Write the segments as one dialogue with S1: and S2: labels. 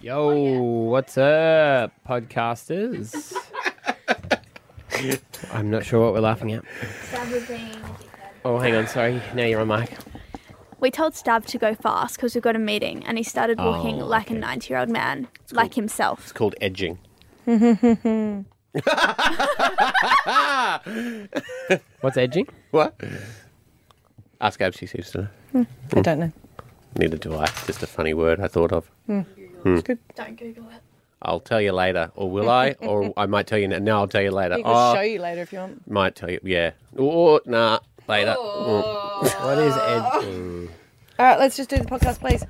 S1: Yo, what's up, podcasters? I'm not sure what we're laughing at.
S2: Stab was being a dickhead.
S1: Oh, hang on, sorry. Now you're on mic.
S3: We told Stab to go fast because we've got a meeting, and he started walking
S1: Oh,
S3: like
S1: okay.
S3: a 90 year old man, like himself.
S1: It's called edging. what's edging?
S4: What? Ask Abs, she seems to know.
S5: I don't know.
S4: Neither do I. Just a funny word I thought of.
S5: Hmm.
S4: Hmm.
S5: It's good.
S2: Don't Google it.
S4: I'll tell you later, or will I? or I might tell you now. No, I'll tell you later.
S5: We can
S4: Oh,
S5: show you later if you want.
S4: might tell you. Yeah. Or nah, later. Mm.
S5: Oh.
S1: What is edging?
S5: All right, let's just do the podcast, please.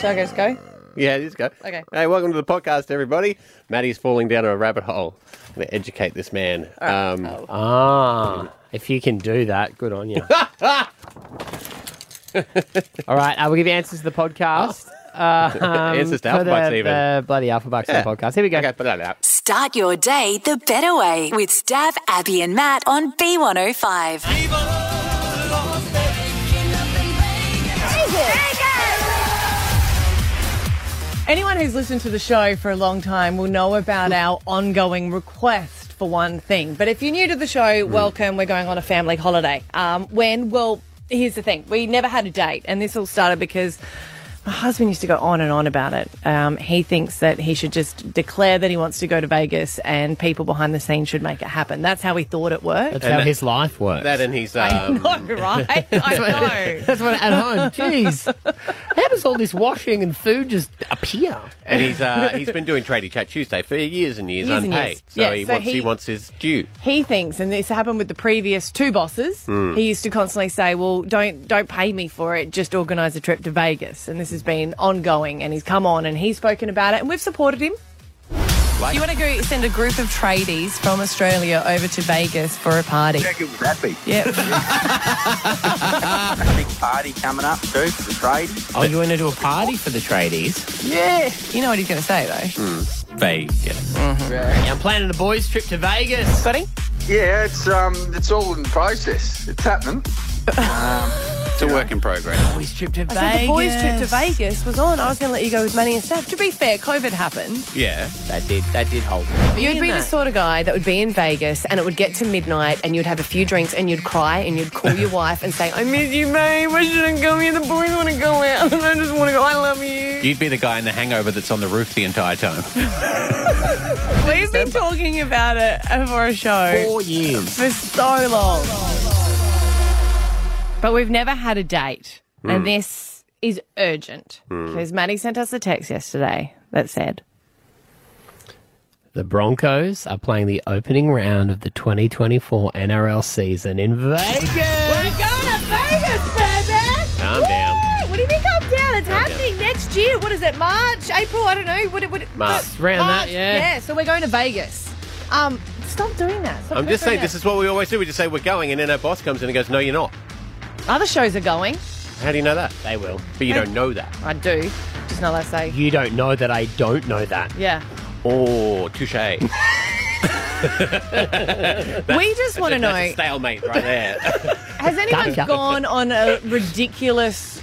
S5: Shall I just go?
S4: Ah. Yeah, just go.
S5: Okay.
S4: Hey, welcome to the podcast, everybody. Maddie's falling down a rabbit hole. I'm going to educate this man. Um,
S1: Ah, Oh. if you can do that, good on you. All right, I will give you answers to the podcast. Um,
S4: Answers to
S1: for
S4: Alphabucks
S1: the,
S4: even.
S1: the bloody Alpha Bucks
S4: Yeah.
S1: podcast. Here we go.
S4: Okay, put that out.
S6: Start your day the better way with Stab, Abby, and Matt on B105.
S5: Anyone who's listened to the show for a long time will know about our ongoing request for one thing. But if you're new to the show,
S7: Hmm.
S5: welcome. We're going on a family holiday. Um, when? Well, here's the thing. We never had a date, and this all started because my husband used to go on and on about it. Um, he thinks that he should just declare that he wants to go to Vegas, and people behind the scenes should make it happen. That's how we thought it worked.
S7: That's how his life works.
S4: That and he's. Um,
S5: I know, right? I know.
S7: That's what at home. Jeez, how does all this washing and food just appear?
S4: and he's uh, he's been doing Tradie Chat Tuesday for years and years,
S5: Years and
S4: unpaid.
S5: years.
S4: So,
S5: Yeah,
S4: he,
S5: so
S4: wants, he
S5: he-
S4: wants his due.
S5: he thinks, and this happened with the previous two bosses. He used to constantly say, "Well, don't don't pay me for it. Just organise a trip to Vegas." And this has been ongoing. And he's come on, and he's spoken about it, and we've supported him. You want to go send a group of tradies from Australia over to Vegas for a party?
S8: How good would that be?
S5: Yeah,
S8: Big party coming up too for the trade.
S7: Oh, you want to do a party for the tradies?
S5: yeah. You know what he's going to say though,
S7: Vegas. I'm planning a boys' trip to Vegas.
S5: Scotty.
S8: Mm-hmm. Yeah, it's um, it's all in process. It's happening.
S4: Um, It's a work in progress.
S7: Boys' trip to
S5: I
S7: Vegas.
S5: said the boys' trip to Vegas was on. I was going to let you go with money and stuff. To be fair, COVID happened.
S4: Yeah, that did that did hold.
S5: You'd be the sort of guy that would be in Vegas and it would get to midnight and you'd have a few drinks and you'd cry and you'd call your wife and say, I miss you, babe. I shouldn't go here. The boys want to go out and I just want to go. I love you.
S4: You'd be the guy in the hangover that's on the roof the entire time.
S5: Please be talking about it for a show
S7: Four years.
S5: for so long. But we've never had a date.
S7: Hmm.
S5: And this is urgent because Maddie sent us a text yesterday that said,
S7: The Broncos are playing the opening round of the 2024 NRL season in Vegas.
S5: We're going to Vegas, baby!
S4: Calm down.
S5: What do you mean calm down? It's happening next year. What is it? March, April? I don't know. What? What?
S4: March.
S7: Round
S5: March,
S7: that, yeah.
S5: So we're going to Vegas. Um, stop doing that. Stop
S4: I'm just saying, this
S5: is.
S4: is what we always do. We just say we're going, and then our boss comes in and goes, "No, you're not."
S5: Other shows are going.
S4: How do you know that? They will, but you don't know that.
S5: I do. Just not that say.
S7: You don't know that I don't know that.
S5: Yeah.
S4: Oh, touche. That's-
S5: we just want to know.
S4: That's a stalemate right there.
S5: Has anyone
S7: Gotcha.
S5: gone on a ridiculous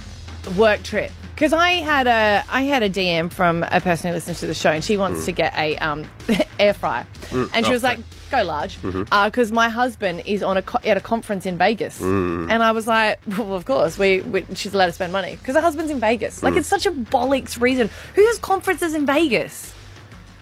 S5: work trip? Because I had a I had a DM from a person who listens to the show, and she
S4: Mm.
S5: wants to get a um, air fryer, and she
S4: Oh,
S5: was like, "Go large,"
S4: Mm-hmm.
S5: because my husband is on a co- at a conference in Vegas,
S4: Mm.
S5: and I was like, "Well, of course, we, we she's allowed to spend money because her husband's in Vegas.
S4: Mm.
S5: Like, it's such a bollocks reason. Who has conferences in Vegas?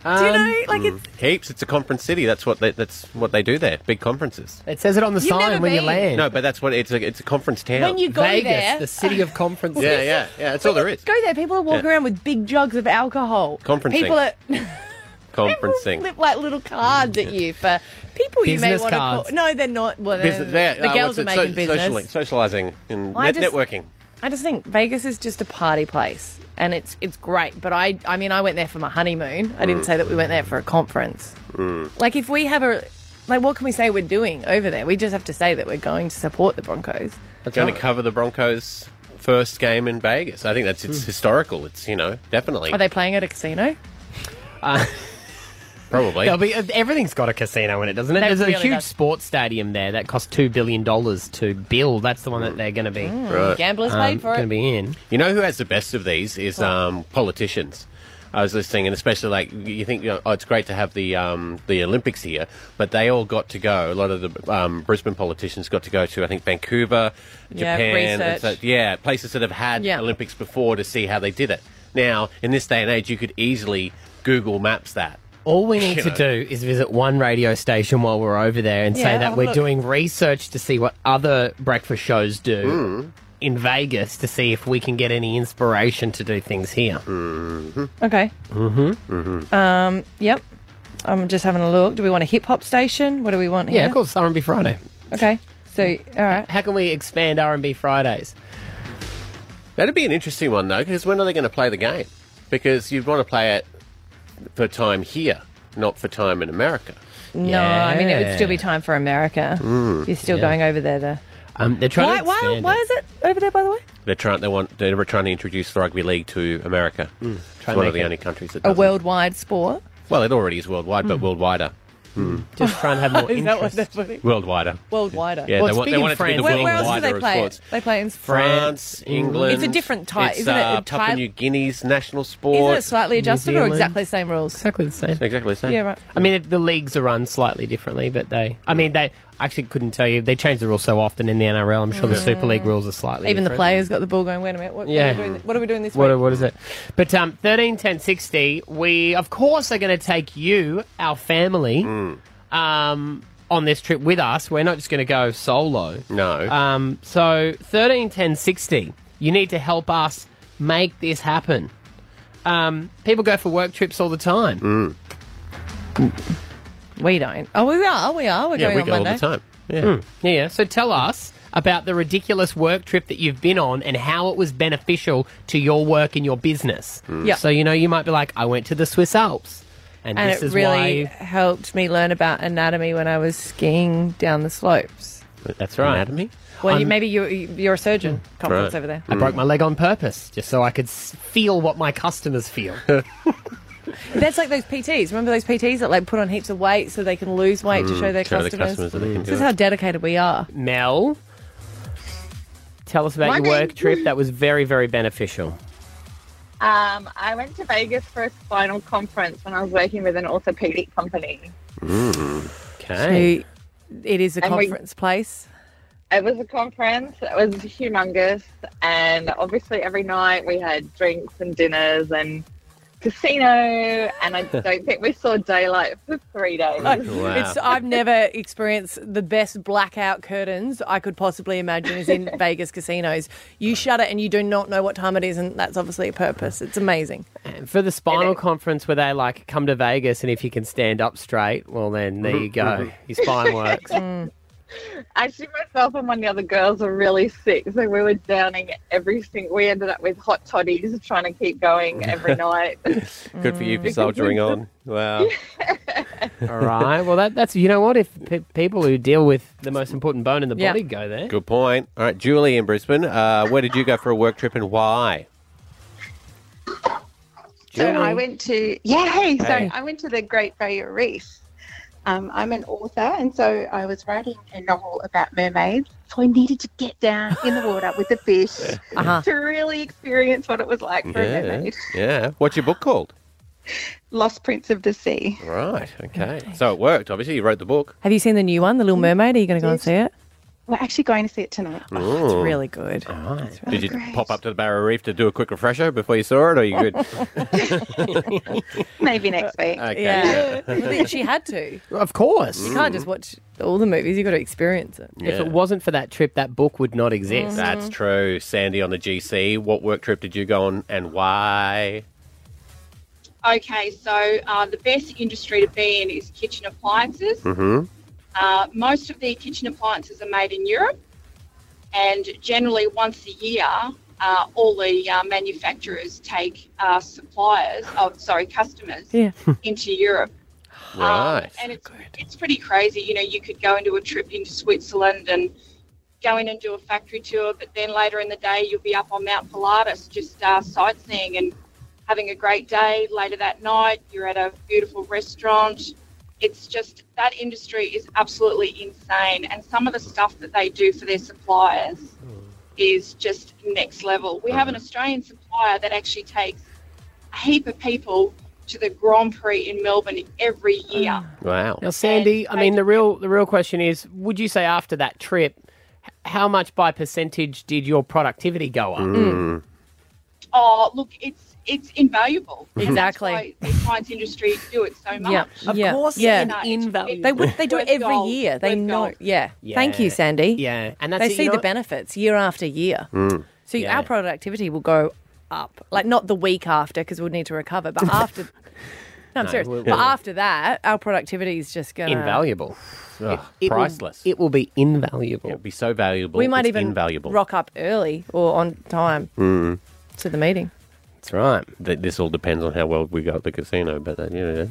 S5: Do
S4: Um,
S5: you know? Like, it's
S4: Mm. Heaps. It's a conference city. That's what they, that's what they do there. Big conferences.
S7: It says it on the
S5: You've
S7: sign
S5: never
S7: when you
S5: been.
S7: land.
S4: No, but that's what it's a it's a conference town.
S5: when you go
S7: Vegas,
S5: there,
S7: the city of conferences.
S4: yeah, yeah, yeah. That's all there is.
S5: go there. People are walking
S4: Yeah.
S5: around with big jugs of alcohol.
S4: Conferencing.
S5: People are.
S4: Conferencing.
S5: Flip like little cards
S4: Mm.
S5: at you for people you may
S7: Business
S5: want to call.
S7: cards.
S5: No, they're not. Well, they're-
S4: Business- there-
S5: the
S4: uh,
S5: girls
S4: what's
S5: are
S4: it?
S5: making
S4: So-
S5: business.
S4: socially- socializing and
S5: I
S4: net-
S5: just-
S4: networking.
S5: I just think Vegas is just a party place, and it's it's great. But I, I mean, I went there for my honeymoon. I
S4: Mm.
S5: didn't say that we went there for a conference. Like, if we have a, like, what can we say we're doing over there? We just have to say that we're going to support the Broncos. Oh.
S4: going to cover the Broncos' first game in Vegas. I think that's it's historical. It's you know definitely.
S5: Are they playing at a casino?
S4: Probably.
S7: Uh, There'll be, everything's got a casino in it, doesn't it?
S5: That
S7: There's a
S5: really
S7: huge
S5: does.
S7: sports stadium there that cost $2 billion to build. That's the one that they're going to be,
S4: Mm. Right.
S5: Mm. Gamblers
S7: um,
S5: paid for
S7: gonna
S5: it.
S7: be in.
S4: You know who has the best of these is um, politicians. I was listening, and especially like you think, you know, oh, it's great to have the um, the Olympics here, but they all got to go. A lot of the um, Brisbane politicians got to go to, I think, Vancouver,
S5: Yeah,
S4: Japan, and
S5: research.
S4: so- yeah, places that have had
S5: Yeah.
S4: Olympics before to see how they did it. Now, in this day and age, you could easily Google Maps that.
S7: All we need
S4: You
S7: to
S4: know.
S7: do is visit one radio station while we're over there and say
S5: Yeah,
S7: that
S5: oh,
S7: we're
S5: look.
S7: doing research to see what other breakfast shows do in Vegas to see if we can get any inspiration to do things here.
S5: Okay. Mm-hmm. Um, yep. I'm just having a look. Do we want a hip hop station? What do we want
S7: Yeah,
S5: here?
S7: of course, R&B Friday.
S5: Okay. So, all right.
S7: How can we expand R&B Fridays?
S4: That'd be an interesting one though, because when are they going to play the game? Because you'd want to play it for time here, not for time in America.
S5: No, I mean, it would still be
S7: Yeah.
S5: time for America.
S4: Mm.
S5: You're still
S7: Yeah.
S5: going over there, though.
S7: Um, they're trying
S5: Why,
S7: to
S5: why,
S7: expand
S5: why
S7: it.
S5: is it over there, by the way?
S4: They're trying. They want. They were trying to introduce rugby league to America. it's
S7: and
S4: one
S7: Mm, make
S4: of the
S7: it
S4: only countries that.
S5: A
S4: doesn't.
S5: worldwide sport.
S4: Well, it already is worldwide, but Hmm. worldwider.
S7: Hmm. Just trying to have more
S5: Is that what
S7: interest.
S5: they're putting?
S4: Worldwider.
S5: Worldwider.
S4: Yeah,
S7: Well,
S4: they
S7: it's big
S4: want. They
S7: in
S4: want it to be
S7: France.
S4: the
S7: Where-
S4: world
S5: where else do
S4: wider
S5: they
S4: of
S5: play it?
S4: sports.
S5: They play in
S4: France,
S7: France,
S4: England.
S5: It's a different type,
S4: It's,
S5: isn't it?
S4: uh,
S5: A
S4: Papua
S5: type-
S4: New Guinea's national
S5: Isn't
S4: sport.
S5: it slightly adjusted or
S7: Zealand.
S5: exactly same rules?
S7: Exactly the same.
S4: Exactly the same.
S5: Yeah, right.
S7: I mean, it, the leagues are run slightly differently, but they. I mean, they I actually couldn't tell you. They change the rules so often in the NRL. I'm sure the Super League rules are slightly
S5: Mm. Even the
S7: different.
S5: players got the ball going. Wait a minute. What,
S7: Yeah.
S5: what, are, we doing, what are we doing this
S7: What,
S5: week?
S7: what is it? But um, 13, 10, 60, we, of course, are going to take you, our family, um, on this trip with us. We're not just going to go solo.
S4: No.
S7: Um, so 13, 10, 60, you need to help us make this happen. Um, people go for work trips all the time.
S5: we don't. Oh, we are. We are. We're
S4: yeah,
S5: going
S4: we
S5: on
S4: go all
S5: Monday.
S4: the time. Yeah.
S7: Hmm. Yeah, yeah. So tell us about the ridiculous work trip that you've been on and how it was beneficial to your work and your business.
S4: Hmm.
S5: Yeah.
S7: So, you know, you might be like, I went to the Swiss Alps. And,
S5: and
S7: this
S5: it
S7: is
S5: really
S7: why
S5: helped me learn about anatomy when I was skiing down the slopes.
S7: That's right.
S4: Anatomy?
S5: Well, you, maybe you, you're a surgeon. Conference
S4: Mm. Right.
S5: over there.
S7: I broke my leg on purpose just so I could s- feel what my customers feel.
S5: That's like those PTs. Remember those PTs that like put on heaps of weight so they can lose weight to show their
S4: Mm. Show the
S5: customers.
S4: customers that they can do
S5: this is
S4: it.
S5: how dedicated we are.
S7: Mel, tell us about your work trip that was very, very beneficial.
S9: Um, I went to Vegas for a spinal conference when I was working with an orthopedic company.
S7: Okay.
S5: It is a
S9: And we-
S5: conference place.
S9: It was a conference. It was humongous, and obviously every night we had drinks and dinners and casino. And I don't think we saw daylight for three days.
S4: Wow.
S5: It's I've never experienced the best blackout curtains I could possibly imagine is in Vegas casinos. You shut it and you do not know what time it is, and that's obviously a purpose. It's amazing.
S7: And for the spinal conference where they like come to Vegas and if you can stand up straight, well then there you
S4: Mm-hmm.
S7: go. Your spine works.
S5: Mm.
S9: Actually, myself and one of the other girls were really sick, so we were downing every single. We ended up with hot toddies, trying to keep going every night.
S4: Good for you
S5: Mm.
S4: for soldiering on. Wow.
S7: All right. Well, that, that's you know what if pe- people who deal with the most important bone in the
S5: Yeah.
S7: body go there.
S4: Good point. All right, Julie in Brisbane. Uh, where did you go for a work trip and why?
S10: So I
S4: Julie.
S10: went to yeah, hey,
S4: Hey.
S10: so I went to the Great Barrier Reef. Um, I'm an author, and so I was writing a novel about mermaids. So I needed to get down in the water with the fish
S5: Uh-huh.
S10: to really experience what it was like for a
S4: Yeah.
S10: mermaid.
S4: yeah. What's your book called?
S10: Lost Prince of the Sea.
S4: Right. Okay. So it worked. Obviously, you wrote the book.
S5: Have you seen the new one, The Little Mermaid? Are you going to go and see it?
S10: Mm. We're actually going to see it tonight.
S5: Oh, it's really good.
S4: Mm. Ah. Did you
S10: great.
S4: pop up to the Barrier Reef to do a quick refresher before you saw it, or are you good?
S10: Maybe next week.
S4: Okay.
S5: Yeah, she had to.
S7: Of course.
S5: You can't just watch all the movies. You've got to experience it. Mm-hmm.
S7: If
S4: Yeah.
S7: it wasn't for that trip, that book would not exist.
S4: That's true. Sandy on the GC. What work trip did you go on and why?
S11: Okay, so uh, the best industry to be in is kitchen appliances.
S4: Mm-hmm.
S11: Uh, most of the kitchen appliances are made in Europe, and generally once a year, uh, all the uh, manufacturers take uh, suppliers, oh, sorry, customers
S5: Yeah.
S11: into Europe. Um,
S4: Right.
S11: and it's, it's pretty crazy. You know, you could go into a trip into Switzerland and go in and do a factory tour, but then later in the day, you'll be up on Mount Pilatus just uh, sightseeing and having a great day. Later that night, you're at a beautiful restaurant. It's just that industry is absolutely insane. And some of the stuff that they do for their suppliers is just next level. We have an Australian supplier that actually takes a heap of people to the Grand Prix in Melbourne every year.
S4: Wow.
S7: Now, Sandy, I mean, the real the real question is: Would you say after that trip, h- how much by percentage did your productivity go up?
S4: Mm.
S11: Oh, look, it's it's invaluable. And that's
S5: Exactly.
S11: why the science industry do it so much.
S5: Yeah, of course, yeah,
S11: invaluable.
S5: They would. They do it every year. They know. Yeah. Thank you,
S7: Yeah.
S5: Sandy.
S7: Yeah, and that's
S5: they
S7: it, you
S5: see
S7: know
S5: the
S7: what-
S5: benefits year after year.
S7: Mm.
S5: So
S7: Yeah.
S5: our productivity will go up, like not the week after because we'll need to recover, but after. No, I'm
S7: No,
S5: serious.
S7: we'll-
S5: but after that, our productivity is just gonna
S7: Invaluable,
S4: Ugh,
S7: It- it will-
S4: priceless.
S7: it will be invaluable.
S4: It'll be so valuable.
S5: We might
S4: it's
S5: even
S4: invaluable.
S5: rock up early or on time
S4: Mm.
S5: to the meeting.
S4: That's right. Th- this all depends on how well we go at the casino, but uh, yeah,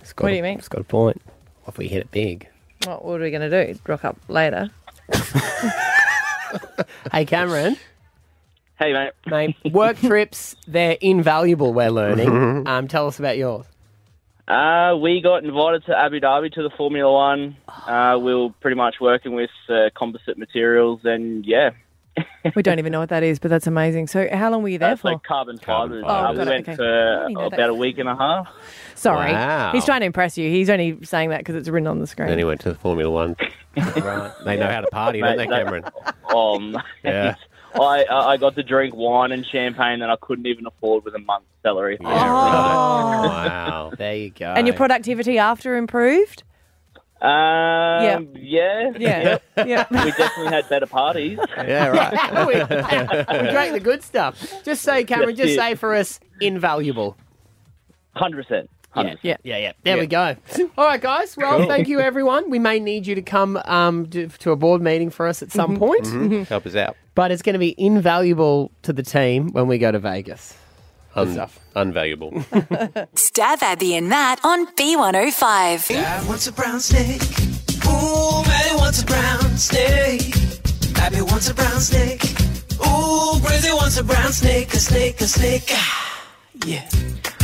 S4: it's got
S5: What do
S4: a-
S5: you mean?
S4: It's got a point. What if we hit it big?
S5: What, what are we gonna do? Rock up later.
S7: Hey, Cameron.
S12: Hey, mate.
S7: Mate, work trips, they're invaluable, we're learning. Um, tell us about yours.
S12: Uh, we got invited to Abu Dhabi to the Formula One. Uh, we were pretty much working with uh, composite materials, and yeah,
S5: we don't even know what that is, but that's amazing. So how long were you there
S12: it's
S5: for?
S12: like uh, carbon fibers.
S5: fibre.
S12: uh,
S5: Oh,
S12: we
S5: got it,
S12: went
S5: okay. I
S12: for
S5: didn't know
S12: about
S5: that.
S12: a week and a half.
S5: Sorry,
S4: Wow.
S5: he's trying to impress you. He's only saying that because it's written on the screen.
S4: Then he went to the Formula One. right. They know how to party, don't
S12: Mate,
S4: they,
S12: that-
S4: Cameron?
S12: Oh, mate.
S4: Yeah.
S12: I, I I got to drink wine and champagne that I couldn't even afford with a month's salary.
S5: right.
S4: Wow.
S7: There you go.
S5: Oh. And your productivity after improved?
S12: Um, yeah.
S5: Yeah. Yeah.
S12: we definitely had better parties.
S4: Yeah,
S7: right. we, we drank the good stuff. Just say, Cameron,
S12: That's
S7: just
S12: it.
S7: say for us, invaluable.
S12: 100%.
S7: Yeah, yeah, yeah, yeah. There
S12: Yeah.
S7: we go. All right, guys. Well,
S4: Cool.
S7: thank you, everyone. We may need you to come um, to, to a board meeting for us at some
S5: Mm-hmm.
S7: point,
S4: Mhm. Help us out.
S7: but it's going to be invaluable to the team when we go to Vegas.
S4: Un- unvaluable.
S6: Stab Abby and Matt on B105.
S13: Dad wants a brown snake. Ooh, Maddie wants a brown snake. Abby wants a brown snake. Ooh, Brizzy wants a brown snake. A snake, a snake. Ah, yeah.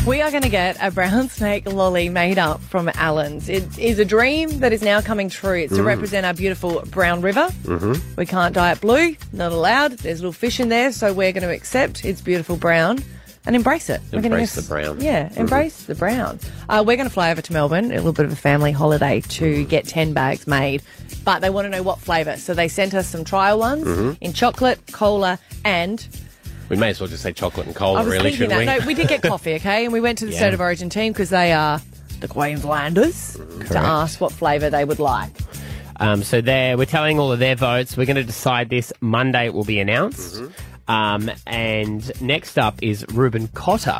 S5: We are going to get a brown snake lolly made up from Allen's. It is a dream that is now coming true. It's to
S14: Mm.
S5: represent our beautiful brown river.
S14: Mm-hmm.
S5: We can't dye it blue, not allowed. There's little fish in there, so we're going to accept its beautiful brown and embrace it. We're gonna
S4: Embrace
S5: just-
S4: the brown.
S5: Yeah,
S4: Mhm.
S5: embrace the brown. Uh, we're going to fly over to Melbourne, a little bit of a family holiday, to get 10 bags made. But they want to know what flavour. So they sent us some trial ones
S4: Mhm.
S5: in chocolate, cola, and
S4: We may as well just say chocolate and
S5: I
S4: cola,
S5: was
S4: Oh, really,
S5: thinking
S4: shouldn't
S5: that.
S4: we?
S5: No, we did get coffee, okay? And we went to the
S4: Yeah.
S5: State of Origin team because they are the Queenslanders
S4: Mm-hmm.
S5: to ask what flavour they would like.
S7: Um, so there, we're telling all of their votes. We're going to decide this Monday. It will be announced. Um, and next up is Ruben Cotter,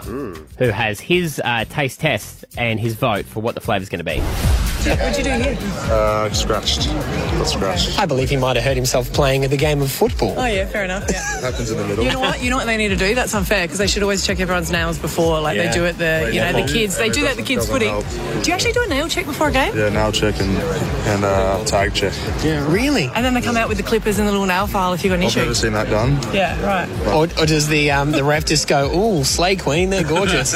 S7: who has his uh, taste test and his vote for what the flavour's going to be.
S14: What'd you do here?
S15: Uh, scratched. Got scratched.
S14: I believe he might have hurt himself playing the game of football.
S15: Oh,
S14: yeah, fair enough.
S15: Happens in the middle.
S14: You know what? You know what they need to do? That's unfair because they should always check everyone's nails before. Like
S15: Yeah.
S14: they do it the you know the kids. They do that at the kids' footy. Do you actually do a nail check before a game?
S15: Yeah, nail check and, and uh, tag check. Yeah,
S14: Really? And then they come out with the clippers and the little nail file if you've got an
S15: I've
S14: issue.
S15: never seen that done.
S14: Yeah, right. Or, or does the um, the ref just go, "Oh, Slay Queen, they're gorgeous."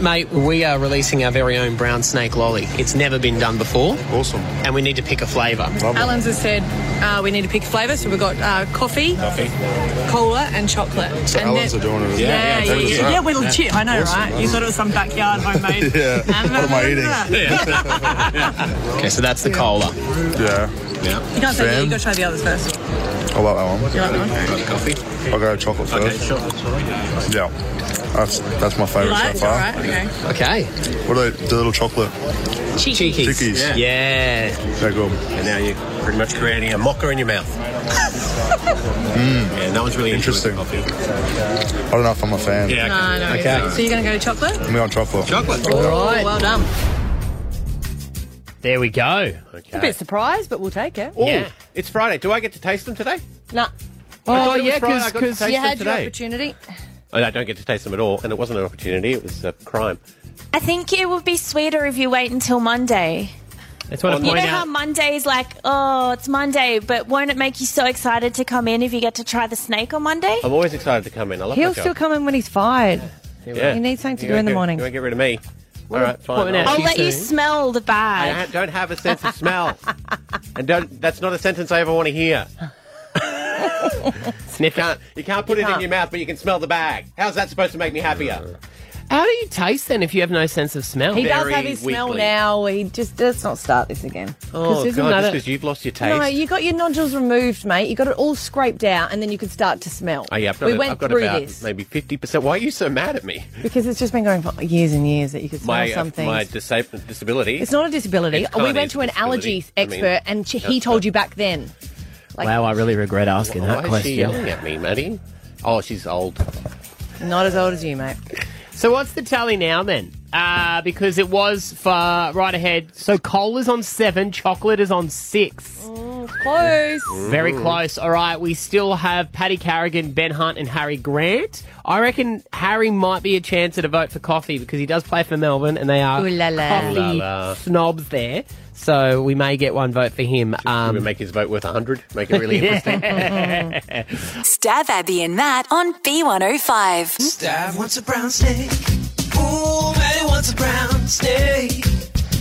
S14: Mate, we are releasing our very own brown snake lolly. It's never been done before. Awesome. And we need to pick a flavour.
S16: Alan's has said uh, we need to pick flavour, so we've got uh, coffee, cola, and chocolate.
S15: So
S16: and
S15: Alan's
S16: then-
S15: are doing it.
S16: Yeah, yeah, yeah,
S15: Thanks for
S16: yeah,
S15: that.
S16: we're legit. I know,
S15: Awesome.
S16: right? You thought it was some backyard homemade.
S15: Yeah. What am I eating?
S14: Okay, so that's the cola.
S15: Yeah.
S14: Yeah. You can't say that. You got to try the others first.
S15: I like that one.
S14: You like that one?
S15: coffee? I'll go chocolate first. Yeah. That's that's my favourite
S14: Right,
S15: so far.
S14: alright, okay.
S15: Okay. What are they, the little chocolate?
S14: Cheekies.
S15: Cheekies.
S14: Yeah.
S15: Yeah. They're good.
S4: And now you're pretty much creating a mocker in your mouth. Yeah, that one's really interesting.
S15: I don't know if I'm a fan.
S4: Yeah,
S14: No, no. So you're going to go chocolate?
S15: I'm on chocolate.
S4: Chocolate.
S14: Oh, well done.
S7: There we go.
S5: A bit surprised, but we'll take it.
S4: Oh, it's Friday. Do I get to taste them today?
S5: Nah. Oh,
S4: I thought it was Friday. I got to taste
S5: you
S4: them
S5: had your
S4: today.
S5: opportunity.
S4: Oh, no, I don't get to taste them at all, and it wasn't an opportunity; it was a crime.
S17: I think it would be sweeter if you wait until Monday.
S7: That's what I
S17: You
S7: point
S17: know
S7: out.
S17: how Monday's like, oh, it's Monday, but won't it make you so excited to come in if you get to try the snake on Monday?
S4: I'm always excited to come in. I love
S5: He'll
S4: that
S5: still come in when he's fired.
S4: job.
S5: He needs something to
S4: You
S5: do in the
S4: won't get-
S5: morning.
S4: You won't get rid of me. All right, fine.
S17: I'll let you smell the
S4: I
S17: bag.
S4: ha- don't have a sense of smell, and don't. That's not a sentence I ever want to hear. Sniff can't, you can't put it in your mouth, but you can smell the bag. How's that supposed to make me happier?
S7: How do you taste then if you have no sense of smell?
S5: He does have his smell now. He just let's not start this again. 'Cause
S4: Oh
S5: there's
S4: god,
S5: another-
S4: just because you've lost your taste.
S5: No, you got your nodules removed, mate. You got it all scraped out, and then you could start to smell.
S4: Oh, yeah, I've got,
S5: we
S4: it-
S5: went
S4: I've got
S5: through
S4: about
S5: this
S4: maybe fifty percent. Why are you so mad at me?
S5: because it's just been going for years and years that you could smell
S4: My uh,
S5: something.
S4: my disab- disability.
S5: It's not a disability.
S4: It's
S5: we
S4: kind
S5: went
S4: of
S5: to an
S4: disability.
S5: allergies
S4: I
S5: expert,
S4: mean,
S5: and she, he
S4: that's-
S5: told you back then. Like,
S7: wow, I really regret asking that
S4: Why is she
S7: question.
S4: yelling at me, Maddie? Oh, she's old.
S5: Not as old as you, mate.
S7: So what's the tally now then? Uh, because it was far right ahead. So cola's on seven, chocolate is on six.
S5: Mm, Close.
S7: Very close. All right, we still have Paddy Carrigan, Ben Hunt, and Harry Grant. I reckon Harry might be a chance at a vote for coffee because he does play for Melbourne and they are
S5: Ooh la la.
S7: coffee
S5: Ooh
S7: snobs there. So we may get one vote for him. Um, we
S4: make his vote worth 100? Make it really
S7: interesting.
S6: Stab Abby and Matt on B105.
S13: Stab wants a brown snake. Ooh, Maddie wants a brown snake.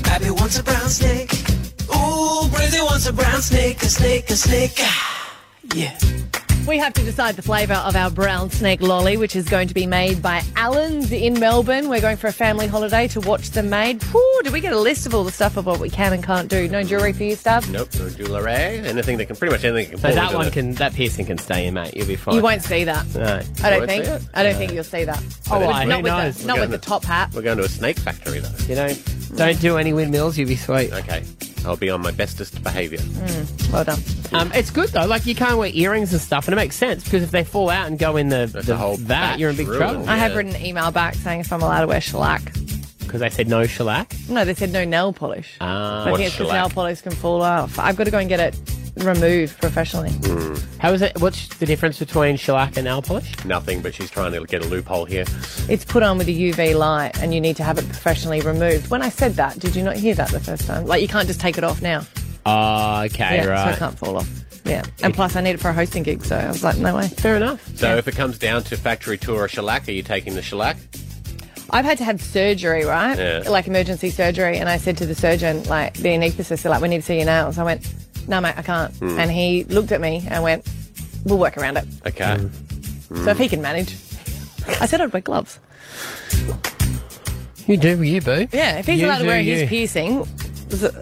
S13: Abby wants a brown snake. Ooh, Brizzy wants a brown snake. A snake, a snake. Ah, yeah.
S5: We have to decide the flavour of our brown snake lolly, which is going to be made by Allen's in Melbourne. We're going for a family holiday to watch them made. Whew, did we get a list of all the stuff of what we can and can't do? No jury for you, stuff.
S4: Nope, no jewellery. Anything that can pretty much anything can.
S7: So
S4: pull
S7: that
S4: into
S7: one
S4: the-
S7: can that piercing can stay in, mate. You'll be fine.
S5: You won't see that.
S7: No.
S5: I
S4: You
S5: don't
S4: won't
S5: think.
S4: see it?
S5: I don't think you'll see that.
S7: Oh,
S5: With-
S7: why?
S5: Not
S7: Who
S5: with,
S7: knows?
S5: The, not
S4: We're
S5: with the
S4: going
S5: top hat.
S4: We're going to a snake factory though.
S7: You know, don't do any windmills. You'll be sweet.
S4: Okay, I'll be on my bestest behaviour.
S5: well done.
S7: Um, it's good though. Like you can't wear earrings and stuff, and it makes sense because if they fall out and go in the, the whole that, you're in big
S4: ruined,
S7: trouble.
S5: I have written an email back saying if I'm allowed to wear shellac.
S7: because they said no shellac.
S5: No, they said no nail polish.
S4: Uh,
S7: Ah,
S5: I think it's because nail polish can fall off. I've got to go and get it removed professionally.
S4: Hmm.
S7: How is it? What's the difference between shellac and nail polish?
S4: Nothing, but she's trying to get a loophole here.
S5: It's put on with a UV light and you need to have it professionally removed. When I said that, did you not hear that the first time? Like, you can't just take it off now.
S7: Oh, okay,
S5: yeah, So
S7: right.
S5: it can't fall off. Yeah. And plus, I need it for a hosting gig, so I was like, no way.
S7: Fair enough.
S4: So if it comes down to factory tour or shellac, are you taking the shellac?
S5: I've had to have surgery, right?
S4: Yeah.
S5: Like emergency surgery. And I said to the surgeon, like, the anaesthetist, they're like, we need to see your nails. I went, no, mate, I can't.
S7: Hmm.
S4: Mm.
S5: And he looked at me and went, we'll work around it.
S4: Okay.
S7: Hmm.
S4: Hmm.
S5: So if he can manage. I said I'd wear gloves.
S7: You do you, boo.
S5: Yeah, if he's
S7: You
S5: allowed to
S7: do
S5: wear
S7: you.
S5: his piercing, is it-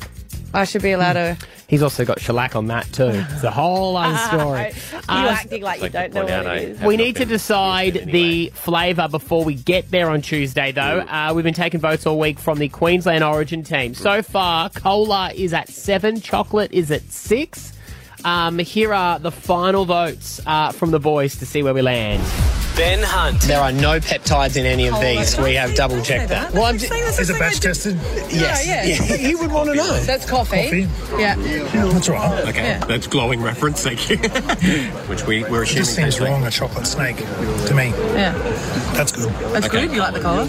S5: I should be allowed to.
S7: He's also got shellac on that too. It's a whole other story.
S5: Ah, you
S7: Uh,
S5: acting like you don't know what it
S4: eh?
S5: is.
S7: We need to decide the flavour before we get there on Tuesday, though. Uh, we've been taking votes all week from the Queensland Origin team. So far, cola is at seven, chocolate is at six. Um, here are the final votes uh, from the boys to see where we land.
S14: Ben Hunt. There are no peptides in any of these. We have double checked that. Well, I'm
S15: Is it batch tested?
S14: Yes.
S15: Yeah,
S14: Yeah,
S15: yeah.
S14: He would want to know.
S5: That's coffee. Yeah.
S15: That's right.
S14: Okay, that's glowing reference. Thank you.
S4: Which we we're
S15: It just seems wrong a chocolate snake to me.
S5: Yeah.
S15: That's good.
S16: That's good. You like the colour?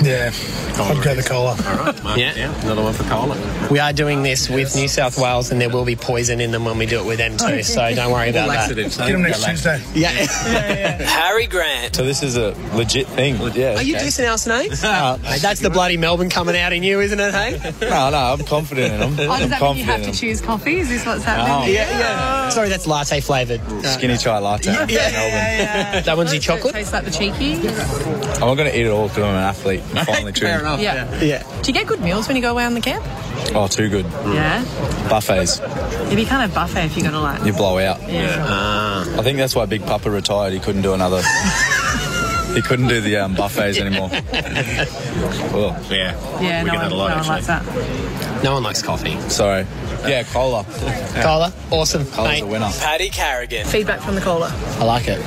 S15: Yeah. I'd go the cola.
S14: Yeah.
S4: Another one for cola.
S14: We are doing this with New South Wales, and there will be poison in them when we do it with them
S15: Oh,
S14: too. So don't worry about
S15: Laxatives,
S14: that.
S15: Get 'em next Tuesday.
S14: Yeah.
S18: Harry Grant. So this is a legit thing. Yeah.
S14: Are you
S18: okay.
S14: dissing our snakes? Oh, mate, that's the bloody Melbourne coming out in you, isn't it? Hey.
S18: No, no, I'm confident in them.
S16: Oh, does
S18: I'm
S16: that mean you have
S18: confident
S16: to
S18: in them.
S16: choose coffee? Is this what's happening?
S18: Oh. Yeah,
S14: Sorry, that's latte Uh, flavored.
S18: Skinny chai latte.
S14: Yeah, yeah, That one's your chocolate.
S16: Tastes like the cheeky.
S18: I'm going to eat it all because I'm an athlete. I'm finally tuned.
S16: Yeah.
S14: Yeah.
S16: Do you get good meals when you go away on the camp?
S18: Oh, too good.
S16: Yeah.
S18: Buffets.
S16: If you can't have buffet if you got to like.
S18: You blow out.
S16: Yeah.
S18: I think that's why Big Papa retired. He couldn't do another. he couldn't do the um, buffets anymore. well, yeah.
S16: Yeah, no one, no one likes that.
S14: No one likes coffee.
S18: Sorry. Yeah, cola.
S14: Cola. Awesome.
S18: Cola's a winner.
S16: Paddy Carrigan. Feedback from the caller.
S19: I like it.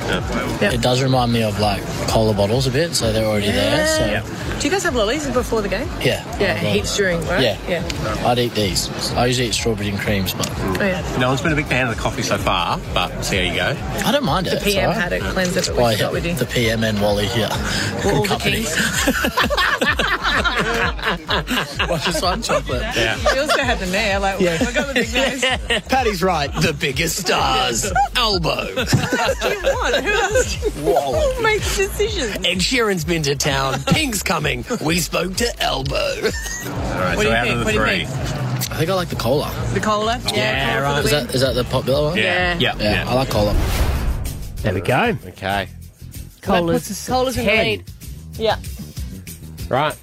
S19: It does remind me of like cola bottles a bit, so they're already there. So
S16: Do you guys have lollies before the game?
S19: yeah,
S16: Yeah, heaps during, right?
S19: Yeah.
S16: Yeah.
S19: I'd eat these. I usually eat strawberry and creams, but
S16: Oh, yeah.
S4: No one's been a big fan of the coffee so far, but see how you go.
S19: I don't mind it.
S16: The
S19: It's
S16: PM
S19: all right.
S16: had it cleansed it, but we
S19: Why,
S16: stuck with you.
S19: The PM and Wally, yeah.
S16: We're all the
S19: Good company.
S16: kings.
S18: Watch this one, chocolate.
S14: Yeah.
S16: We also had the mayor, like,
S14: Yeah.
S16: I got the big nose.
S14: Patty's right. The biggest stars. Elbow.
S16: What? Who else?
S14: Whoa.
S16: Who makes decisions?
S14: Ed Sheeran's been to town. Pink's coming. We spoke to Elbow.
S18: All
S16: What
S18: right,
S16: do
S18: so
S16: you
S18: out
S16: think?
S18: of the
S16: What do you
S18: three.
S16: think?
S19: I think I like the cola.
S16: The cola? Yeah, cola for the
S19: Is
S16: win.
S19: that, is that the popular one?
S16: Yeah. Yeah.
S19: yeah. I like cola.
S7: There we go.
S4: Okay.
S7: Cola's,
S5: Cola's in the
S7: 10.
S5: lead. Yeah.
S7: Right.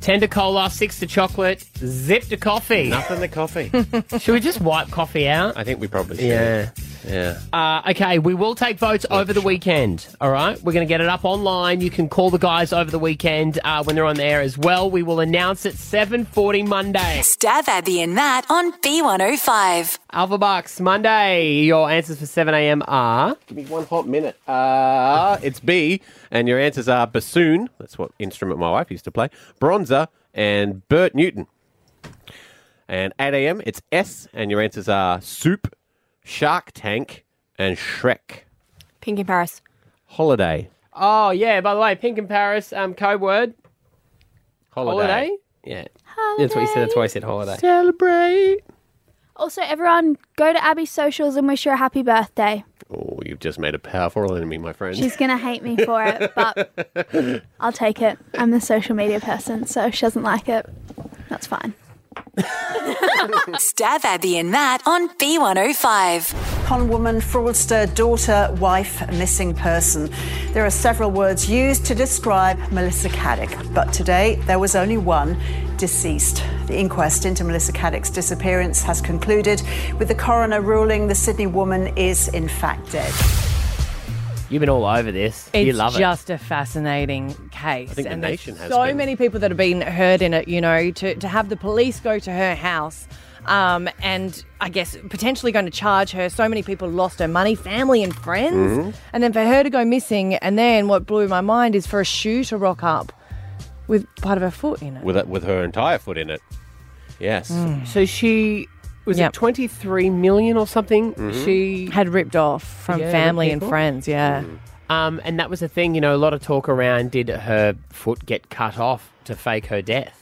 S7: Ten to cola, six to chocolate, zip to coffee.
S4: Nothing to coffee.
S7: Should we just wipe coffee out?
S4: I think we probably should.
S7: Yeah.
S4: Yeah.
S7: Uh, okay, we will take votes over the weekend. All right, we're going to get it up online. You can call the guys over the weekend uh, when they're on there as well. We will announce at seven forty Monday.
S6: Stab Abby and Matt on B105.
S7: Alpha Bucks Monday. Your answers for seven a.m. are
S4: Give me one hot minute. Uh, it's B, and your answers are bassoon. That's what instrument my wife used to play. Bronzer and Bert Newton. And 8 a.m. It's S, and your answers are soup, Shark Tank, and Shrek.
S20: Pink in Paris.
S4: Holiday.
S7: Oh yeah. By the way, Pink in Paris. Um, code word. Holiday? Yeah. That's what you said. That's why I said holiday.
S3: Celebrate. Also, everyone, go to Abby's socials and wish her a happy birthday.
S4: Oh, you've just made a powerful enemy, my friend.
S3: She's going to hate me for it, but I'll take it. I'm the social media person, so if she doesn't like it, that's fine.
S6: Stab Abby and Matt on B105.
S21: Con woman, fraudster, daughter, wife, missing person. There are several words used to describe Melissa Caddick, but today there was only one deceased. The inquest into Melissa Caddick's disappearance has concluded, with the coroner ruling the Sydney woman is in fact dead.
S7: You've been all over this.
S5: It's
S7: you love it.
S5: just a fascinating case.
S7: I think the
S5: there's
S7: nation has
S5: so
S7: been.
S5: many people that have been hurt in it, you know, to, to have the police go to her house um, and I guess potentially going to charge her. So many people lost her money, family and friends.
S7: Mm-hmm.
S13: Mhm.
S5: And then for her to go missing, and then what blew my mind is for a shoe to rock up with part of her foot in it.
S4: with, it- with her entire foot in it. Yes.
S5: Hmm.
S7: So she was it twenty three million or something?
S4: Mhm.
S7: She
S5: Mm-hmm. had ripped off from family and friends. Yeah.
S7: Um, and that was the thing, you know, a lot of talk around did her foot get cut off to fake her death?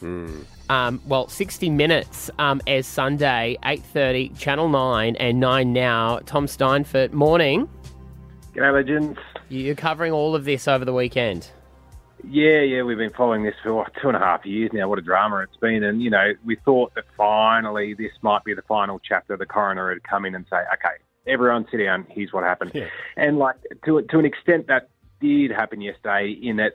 S7: Um, well, 60 Minutes um, airs Sunday, 8.30, Channel 9 and 9 Now. Tom Steinfort, morning.
S22: G'day, legends.
S7: You're covering all of this over the weekend.
S22: Yeah, yeah, we've been following this for what, two and a half years now. What a drama it's been. And, you know, we thought that finally this might be the final chapter. The coroner had come in and say, okay, everyone sit down. Here's what happened. And, like, to, to an extent, that did happen yesterday in that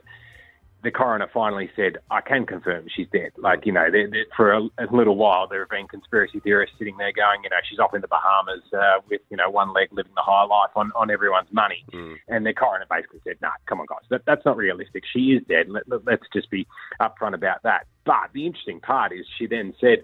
S22: the coroner finally said, I can confirm she's dead. Like, you know, they they- for a, a little while, there have been conspiracy theorists sitting there going, you know, she's off in the Bahamas uh, with, you know, one leg living the high life on, on everyone's money. And the coroner basically said, nah, come on, guys, that, that's not realistic. She is dead. Let, let, let's just be upfront about that. But the interesting part is she then said,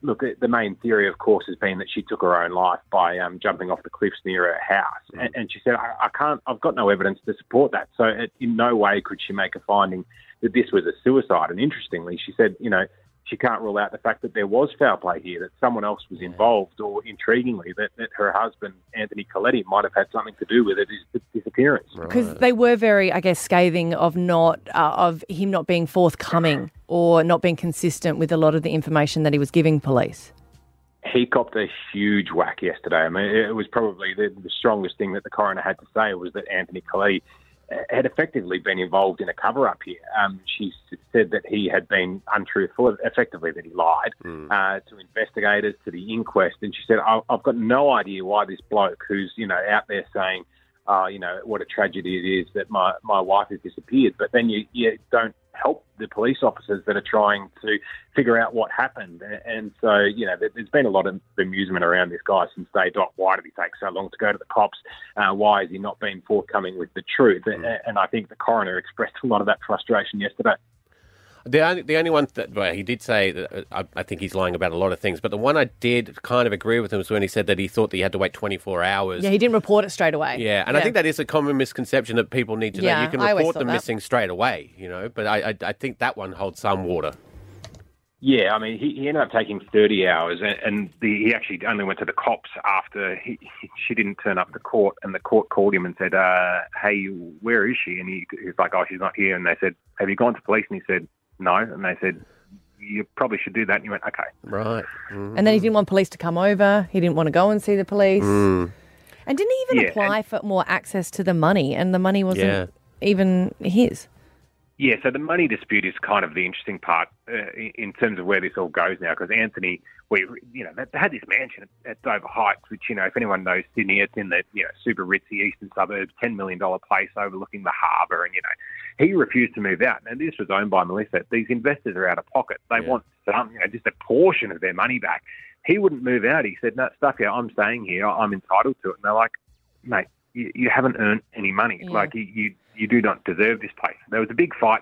S22: look, the- the main theory, of course, has been that she took her own life by um, jumping off the cliffs near her house. And, and she said, I, I can't, I've got no evidence to support that. So it, in no way could she make a finding that this was a suicide. And interestingly, she said, you know, she can't rule out the fact that there was foul play here, that someone else was involved, or intriguingly, that, that her husband, Anthony Coletti, might have had something to do with it, his disappearance.
S5: because they were very, I guess, scathing of not uh, of him not being forthcoming or not being consistent with a lot of the information that he was giving police.
S22: he copped a huge whack yesterday. I mean, it was probably the, the strongest thing that the coroner had to say was that Anthony Colletti uh, had effectively been involved in a cover up here. Um, she s- said that he had been untruthful, effectively, that he lied uh, to investigators, to the inquest. And she said, I- I've got no idea why this bloke who's, you know, out there saying, uh, you know, what a tragedy it is that my, my wife has disappeared. But then you, you don't help the police officers that are trying to figure out what happened. A- And so, you know, there- there's been a lot of amusement around this guy since day dot. Why did he take so long to go to the cops? Uh, why is he not being forthcoming with the truth? A- And I think the coroner expressed a lot of that frustration yesterday.
S4: The only, the only one that well, he did say that uh, I, I think he's lying about a lot of things, but the one I did kind of agree with him was when he said that he thought that he had to wait 24 hours.
S5: Yeah, he didn't report it straight away.
S4: Yeah, and I think that is a common misconception that people need to know.
S5: Yeah,
S4: You can
S5: I always
S4: report
S5: thought
S4: them
S5: that.
S4: missing straight away, you know, but I, I, I think that one holds some water.
S22: Yeah, I mean, he, he ended up taking 30 hours, and, and the, he actually only went to the cops after he, she didn't turn up to court, and the court called him and said, uh, "Hey, where is she?" And he, he was like, "Oh, she's not here." And they said, "Have you gone to police?" And he said, no. And they said, you probably should do that. And you went, okay.
S4: Right.
S5: And then he didn't want police to come over. He didn't want to go and see the police.
S4: Mm.
S5: And didn't he even
S22: Yeah,
S5: apply for more access to the money? And the money wasn't
S22: Yeah.
S5: even his.
S22: Yeah, so the money dispute is kind of the interesting part uh, in- in terms of where this all goes now. Because Anthony, we you know they they had this mansion at Dover Heights, which you know if anyone knows Sydney, it's in the you know super ritzy eastern suburbs, ten million dollar place overlooking the harbour, and you know he refused to move out. And this was owned by Melissa. These investors are out of pocket. They want some, you know, just a portion of their money back. He wouldn't move out. He said, "No, stuff here. I'm staying here. I'm entitled to it." And they're like, "Mate, you, you haven't earned any money.
S2: Yeah.
S22: Like you, you, you do not deserve this place. There was a big fight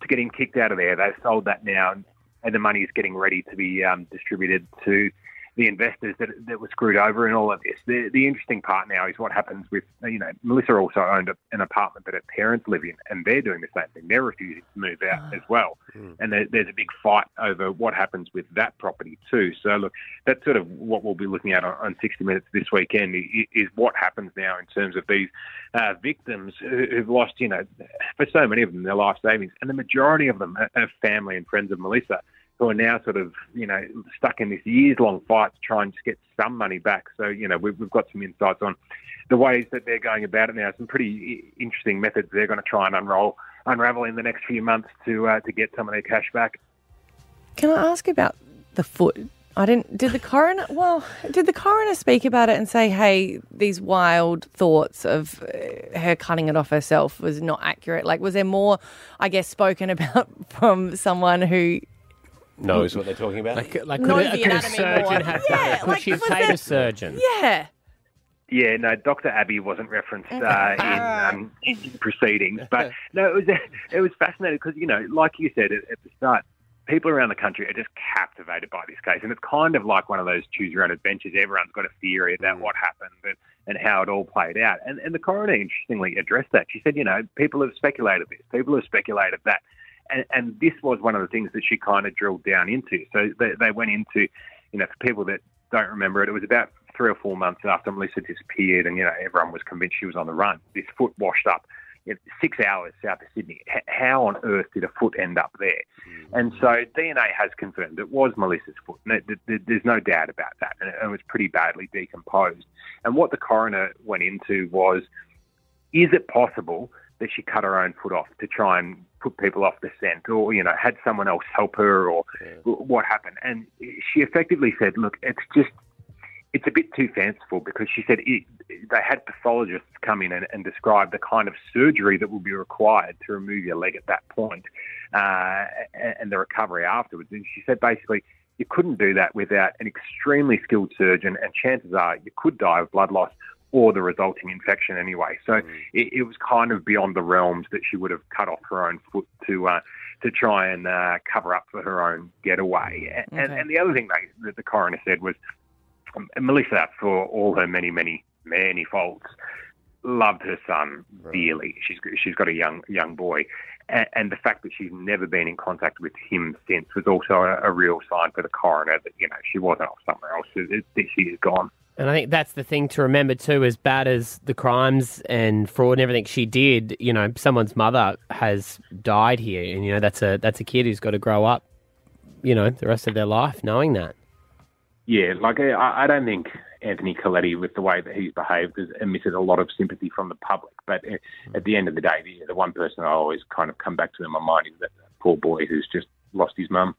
S22: to get him kicked out of there. They've sold that now, and, and the money is getting ready to be um, distributed to the investors that, that were screwed over in all of this. The, the interesting part now is what happens with, you know, Melissa also owned a, an apartment that her parents live in, and they're doing the same thing. They're refusing to move out as well.
S8: Mm.
S22: And there, there's a big fight over what happens with that property, too. So, look, that's sort of what we'll be looking at on, on 60 Minutes this weekend i- is what happens now in terms of these uh, victims who- who've lost, you know, for so many of them, their life savings. And the majority of them are- are family and friends of Melissa who are now sort of, you know, stuck in this years long fight to try and just get some money back. So, you know, we've, we've got some insights on the ways that they're going about it now, some pretty i- interesting methods they're going to try and unroll, unravel in the next few months to, uh, to get some of their cash back.
S5: Can I ask about the foot? I didn't. Did the coroner? Well, did the coroner speak about it and say, "Hey, these wild thoughts of uh, her cutting it off herself was not accurate"? Like, was there more? I guess spoken about from someone who
S4: Knows what they're talking about.
S7: Like, like
S5: Knows
S7: could, a,
S5: the
S7: could a
S5: anatomy
S7: surgeon
S5: more.
S7: have
S5: Yeah,
S7: done it? Could
S5: like,
S7: she have
S5: was
S7: paid
S5: there-
S7: a surgeon?
S5: Yeah.
S22: Yeah, no, Dr. Abbey wasn't referenced uh, in, um, in proceedings, but no, it was it was fascinating because you know, like you said at, at the start, people around the country are just captivated by this case, and it's kind of like one of those choose your own adventures. Everyone's got a theory about what happened and, and how it all played out, and and the coroner interestingly addressed that. She said, you know, people have speculated this, people have speculated that. And, and this was one of the things that she kind of drilled down into. So they, they went into you know, for people that don't remember it, it was about three or four months after Melissa disappeared, and you know, everyone was convinced she was on the run. This foot washed up you know, six hours south of Sydney. H- how on earth did a foot end up there? And so DNA has confirmed it was Melissa's foot. No, th- th- there's no doubt about that, and it- it was pretty badly decomposed. And what the coroner went into was is it possible that she cut her own foot off to try and put people off the scent or, you know, had someone else help her or w what happened? And she effectively said, look, it's just, it's a bit too fanciful because she said it, they had pathologists come in and, and describe the kind of surgery that would be required to remove your leg at that point uh, and, and the recovery afterwards. And she said basically, you couldn't do that without an extremely skilled surgeon, and chances are you could die of blood loss or the resulting infection anyway. So it, it was kind of beyond the realms that she would have cut off her own foot to uh, to try and uh, cover up for her own getaway. A- And,
S2: Okay.
S22: and the other thing they, that the coroner said was um, Melissa, for all her many, many, many faults, loved her son dearly. She's she's got a young young boy, and, and the fact that she's never been in contact with him since was also a, a real sign for the coroner that you know she wasn't off somewhere else. That that she is gone.
S7: And I think that's the thing to remember too. As bad as the crimes and fraud and everything she did, you know, someone's mother has died here, and you know that's a that's a kid who's got to grow up, you know, the rest of their life knowing that.
S22: Yeah, like I, I don't think Anthony Coletti, with the way that he's behaved, has emitted a lot of sympathy from the public. But at- at the end of the day, the, the one person I always kind of come back to in my mind is that poor boy who's just lost his mum.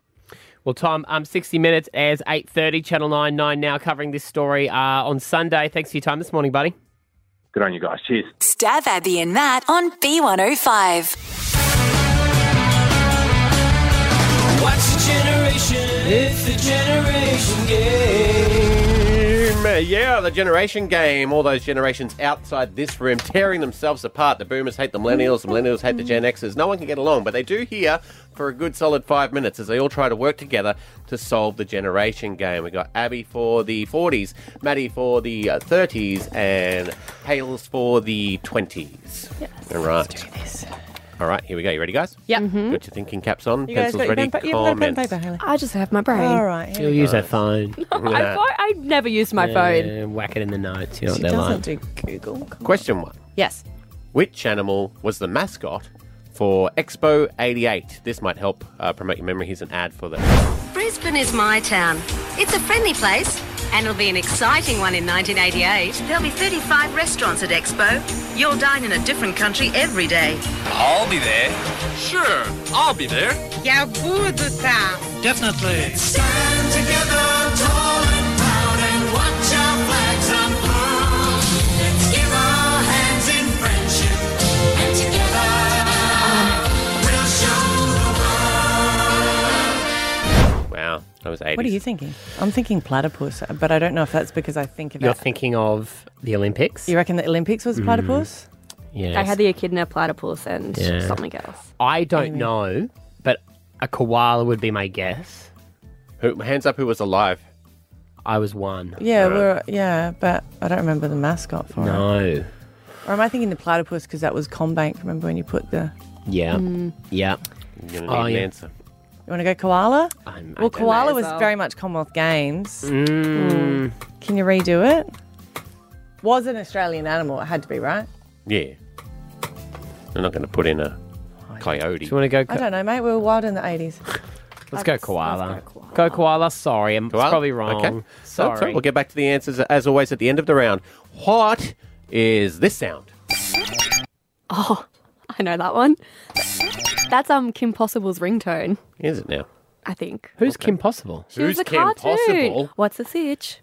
S7: Well, Tom, um, 60 Minutes airs 8.30, Channel 9, 9 now, covering this story uh, on Sunday. Thanks for your time this morning, buddy.
S22: Good on you guys. Cheers.
S6: Stab Abby and Matt on B105.
S13: Watch the generation. It's the generation game.
S4: Game. Mm, Yeah, the generation game. All those generations outside this room tearing themselves apart. The boomers hate the millennials, the millennials hate the Gen Xers. No one can get along, but they do here for a good solid five minutes as they all try to work together to solve the generation game. We got Abby for the 40s, Maddie for the uh, 30s, and Hales for the 20s. All right. All right, here we go. You ready, guys?
S5: Yeah.
S4: Got your thinking caps on,
S5: You guys
S4: pencils
S5: got your
S4: ready,
S5: pen, pa- you haven't got a pen
S4: comments.
S5: paper, Haley.
S20: I just have my brain.
S5: All right.
S7: You'll use her phone.
S20: I, thought- I never use my phone.
S7: Yeah, whack it in the notes. You know
S4: She
S7: what they're
S4: doesn't
S7: like.
S5: Google.
S4: Question one.
S20: Yes.
S4: Which animal was the mascot for Expo 88. This might help uh, promote your memory. Here's an ad for that.
S1: Brisbane is my town. It's a friendly place, and it'll be an exciting one in 1988. There'll be 35 restaurants at Expo. You'll dine in a different country every day.
S23: I'll be there. Sure, I'll be there.
S1: Yeah, the town.
S23: Definitely.
S13: Stand together, tall and proud, and watch our flags unfurl. Let's give our hands in friendship, and together we'll show the world.
S4: Wow, that was 80s.
S5: What are you thinking? I'm thinking platypus, uh, but I don't know if that's because I think
S7: You're
S5: about.
S7: thinking of the Olympics?
S5: You reckon the Olympics was
S7: Mm.
S5: platypus?
S7: Yes.
S20: They had the echidna platypus and
S7: Yeah.
S20: something else.
S7: I don't know, but a koala would be my guess.
S4: Who, hands up who was alive?
S7: I was one.
S5: Yeah, we're, yeah, but I don't remember the mascot for it.
S7: Uh, No.
S5: Or am I thinking the platypus because that was Combank? Remember when you put the.
S7: Yeah.
S5: Mm.
S7: Yeah.
S4: You're gonna need
S7: Oh,
S4: an
S7: yeah.
S4: answer.
S5: You want to go koala?
S7: I'm,
S5: well, koala
S4: know.
S5: was very much Commonwealth Games.
S7: Mm.
S5: Can you redo it? Was an Australian animal. It had to be, right?
S4: Yeah. I'm not going to put in a coyote. Do you
S7: want to go?
S5: I don't know, mate. We were wild in the 80s.
S7: Let's go koala. Go koala. Sorry, I'm it's probably wrong.
S4: Okay.
S7: Sorry.
S4: That's all right. We'll get back to the answers as always at the end of the round. What is this sound?
S20: Oh, I know that one. That's um Kim Possible's ringtone,
S4: Is it now?
S20: I think.
S7: Who's Kim Possible?
S20: She was a cartoon. What's a sitch?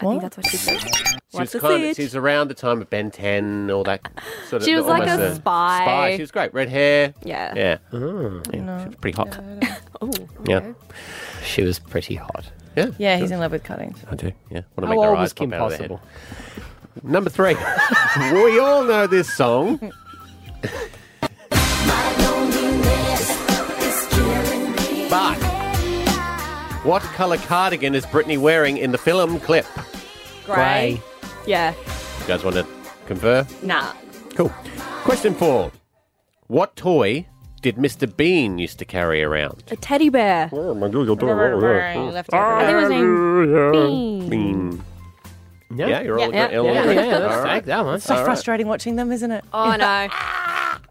S20: I think that's what she said.
S4: She
S20: What's
S4: was,
S20: a
S4: kind of,
S20: sitch?
S4: she was around the time of Ben 10, all that sort of
S20: She was like
S4: almost
S20: a spy.
S4: Spy. She was great. Red hair.
S20: Yeah.
S4: Yeah.
S7: Oh.
S4: Yeah, She was pretty hot.
S20: oh,
S4: Yeah.
S7: She was pretty hot.
S4: Yeah.
S5: Yeah, he's
S4: sure.
S5: in love with Cuttings.
S4: I do. Yeah. Want to
S5: How
S4: make their
S5: old
S4: eyes
S5: was
S4: pop
S5: Kim
S4: out of their head. Number three. we all know this song. But what colour cardigan is Britney wearing in the film clip?
S20: Grey. Yeah.
S4: You guys want to confer?
S20: Nah.
S4: Cool. Question four. What toy did Mr. Bean used to carry around?
S20: A teddy bear.
S4: Left
S20: I think it was named Bean.
S4: Bean. Yeah, you're all
S5: Yeah,
S4: agree- all agree. All right.
S5: It's so
S4: All right.
S5: frustrating watching them, isn't it?
S20: Oh, no.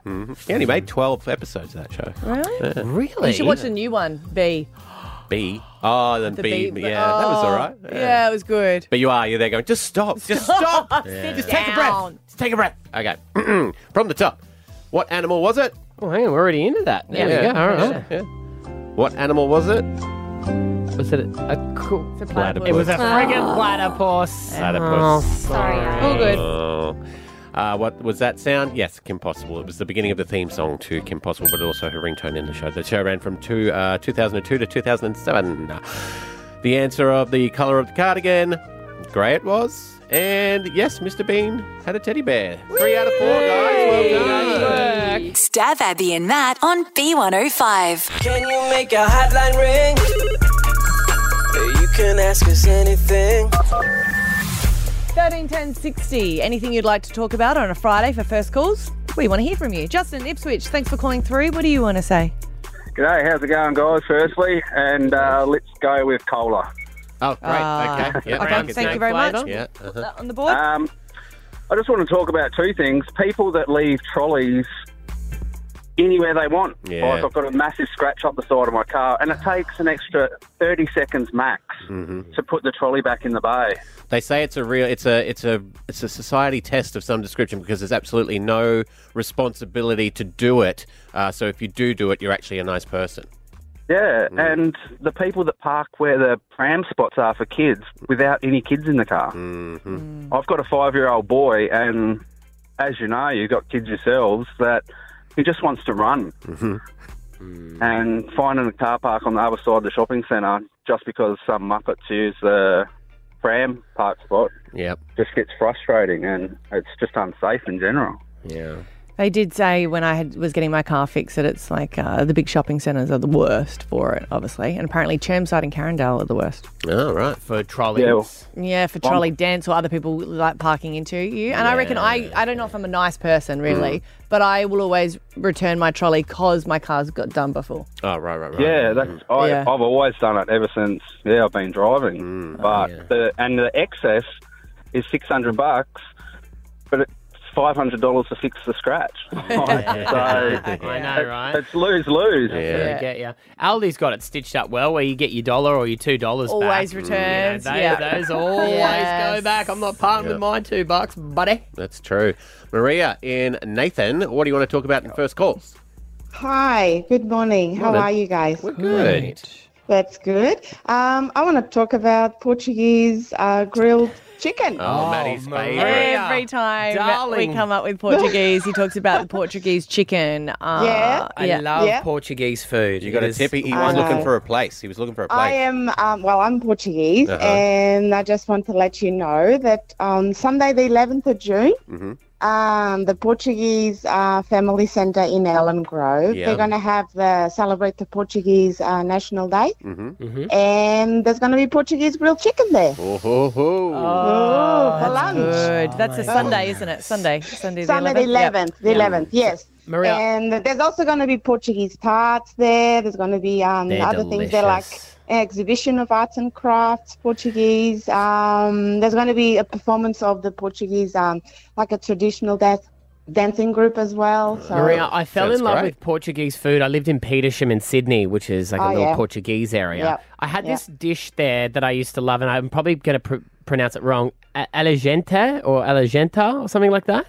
S4: Mhm. He only made 12 episodes of that show.
S5: Really?
S4: Yeah.
S5: You should watch the new one, B.
S4: B. Oh, then
S5: The
S4: B.
S5: B-
S4: Yeah, that was all right.
S5: Yeah. it was good.
S4: But you are, you're there going, just stop, just stop.
S5: Sit
S4: Just take a breath.
S5: down.
S4: Just take a breath. Okay. From the top. What animal was it?
S7: Oh, hang on. We're already into that. There we go. All right.
S4: Yeah. What animal was it?
S7: Was it a cool
S4: platypus?
S7: It was a friggin'
S4: Oh.
S7: platypus.
S4: Platypus.
S7: Oh, sorry. All good.
S4: Oh. Uh, what was that sound? Yes, Kim Possible. It was the beginning of the theme song to Kim Possible, but also her ringtone in the show. The show ran from two, uh, 2002 to 2007. The answer of the colour of the cardigan, grey it was. And yes, Mr. Bean had a teddy bear. Three out of four, guys. Well done.
S6: Stab Abby and Matt on B105.
S13: Can you make a hotline ring? You can ask us anything.
S5: 131060. Anything you'd like to talk about on a Friday for first calls? We want to hear from you. Justin Ipswich, thanks for calling through. What do you want to say?
S8: G'day, how's it going, guys? Firstly, and uh, let's go with cola.
S4: Oh, great.
S5: Ah.
S4: okay. Yep.
S5: Okay,
S4: Round is
S5: thank
S4: no
S5: you very much. Uh,
S4: flavour. Yeah. uh-huh.
S5: on the board.
S8: Um, I just want to talk about two things: people that leave trolleys anywhere they want.
S4: Yeah.
S8: Like I've got a massive scratch up the side of my car, and it takes an extra thirty seconds max to put the trolley back in the bay.
S4: Mm-hmm. They say it's a real, it's a, it's a, it's a society test of some description because there's absolutely no responsibility to do it. Uh, so if you do do it, you're actually a nice person.
S8: Yeah,
S4: Mm.
S8: and the people that park where the pram spots are for kids without any kids in the car. Mm-hmm. I've got a five year old boy, and as you know, you've got kids yourselves, that he just wants to run.
S4: Mm-hmm.
S8: Mm. And finding a car park on the other side of the shopping centre just because some muppets use the pram park spot
S4: yep.
S8: just gets frustrating and it's just unsafe in general.
S4: Yeah.
S5: They did say when I had, was getting my car fixed that it's like uh, the big shopping centres are the worst for it, obviously. And apparently Chermside and Carindale are the worst.
S4: All Oh, right, for trolleys.
S8: Yeah.
S5: Yeah, for
S8: Well-
S5: trolley dents or other people like parking into you. And I reckon I, I don't know if I'm a nice person really, but I will always return my trolley because my car's got done before.
S4: Oh, right, right, Mm. right.
S8: Yeah, that's I,
S5: Yeah.
S8: I've always done it ever since. Yeah, I've been driving,
S4: Mm.
S7: Oh,
S8: but the and the excess is six hundred bucks, but it five hundred dollars to fix the scratch. so
S7: I know, right?
S8: It's lose lose.
S7: Yeah, I get you. Aldi's got it stitched up well, where you get your dollar or your two dollars
S5: Always
S7: back. Mm,
S5: returns,
S7: they-
S5: yeah.
S7: those always go
S5: Yes.
S7: back. I'm not parting
S4: Yeah.
S7: with my two bucks, buddy.
S4: That's true. Maria in Nathan, what do you want to talk about in first call?
S9: Hi, good morning. How
S4: Morning.
S9: are you guys? We're
S4: Good.
S9: That's good. Um, I want to talk about Portuguese uh, grilled chicken.
S4: Oh, Maddie's favourite.
S5: Every time
S9: Darling.
S5: we come up with Portuguese, he talks about the Portuguese chicken. Uh,
S9: Yeah.
S7: I love Portuguese food.
S4: You got a tip. He he was
S9: I
S4: looking
S9: know.
S4: for a place. He was looking for a
S9: I
S4: place.
S9: am, um, well, I'm Portuguese,
S4: Uh-huh.
S9: and I just want to let you know that on Sunday, the 11th of June,
S4: Mm-hmm.
S9: um, the Portuguese uh, Family Centre in Ellen Grove,
S24: Yeah.
S9: they're going to have the celebrate the Portuguese uh, National Day,
S4: Mm-hmm.
S9: and there's going to be Portuguese grilled chicken there.
S4: Oh, ho, ho.
S9: Oh, for lunch. Oh,
S5: Good. That's a Sunday, isn't it? Sunday. Sunday the
S9: Sunday the
S5: 11th.
S9: 11th. The 11th, yes.
S5: Maria-
S9: And there's also going to be Portuguese tarts there. There's going to be um,
S5: They're
S9: other things there, like
S5: delicious.
S9: an exhibition of arts and crafts, Portuguese. Um, there's going to be a performance of the Portuguese, um, like a traditional dance, dancing group as well. So.
S7: Uh, Maria, I fell in love with Portuguese food. I lived in Petersham in Sydney, which is like a
S9: Oh,
S7: little
S9: yeah.
S7: Portuguese area.
S9: Yep.
S7: I had
S9: Yeah.
S7: this dish there that I used to love, and I'm probably going to pr- pronounce it wrong. A- Aligenta or Aligenta or something like that.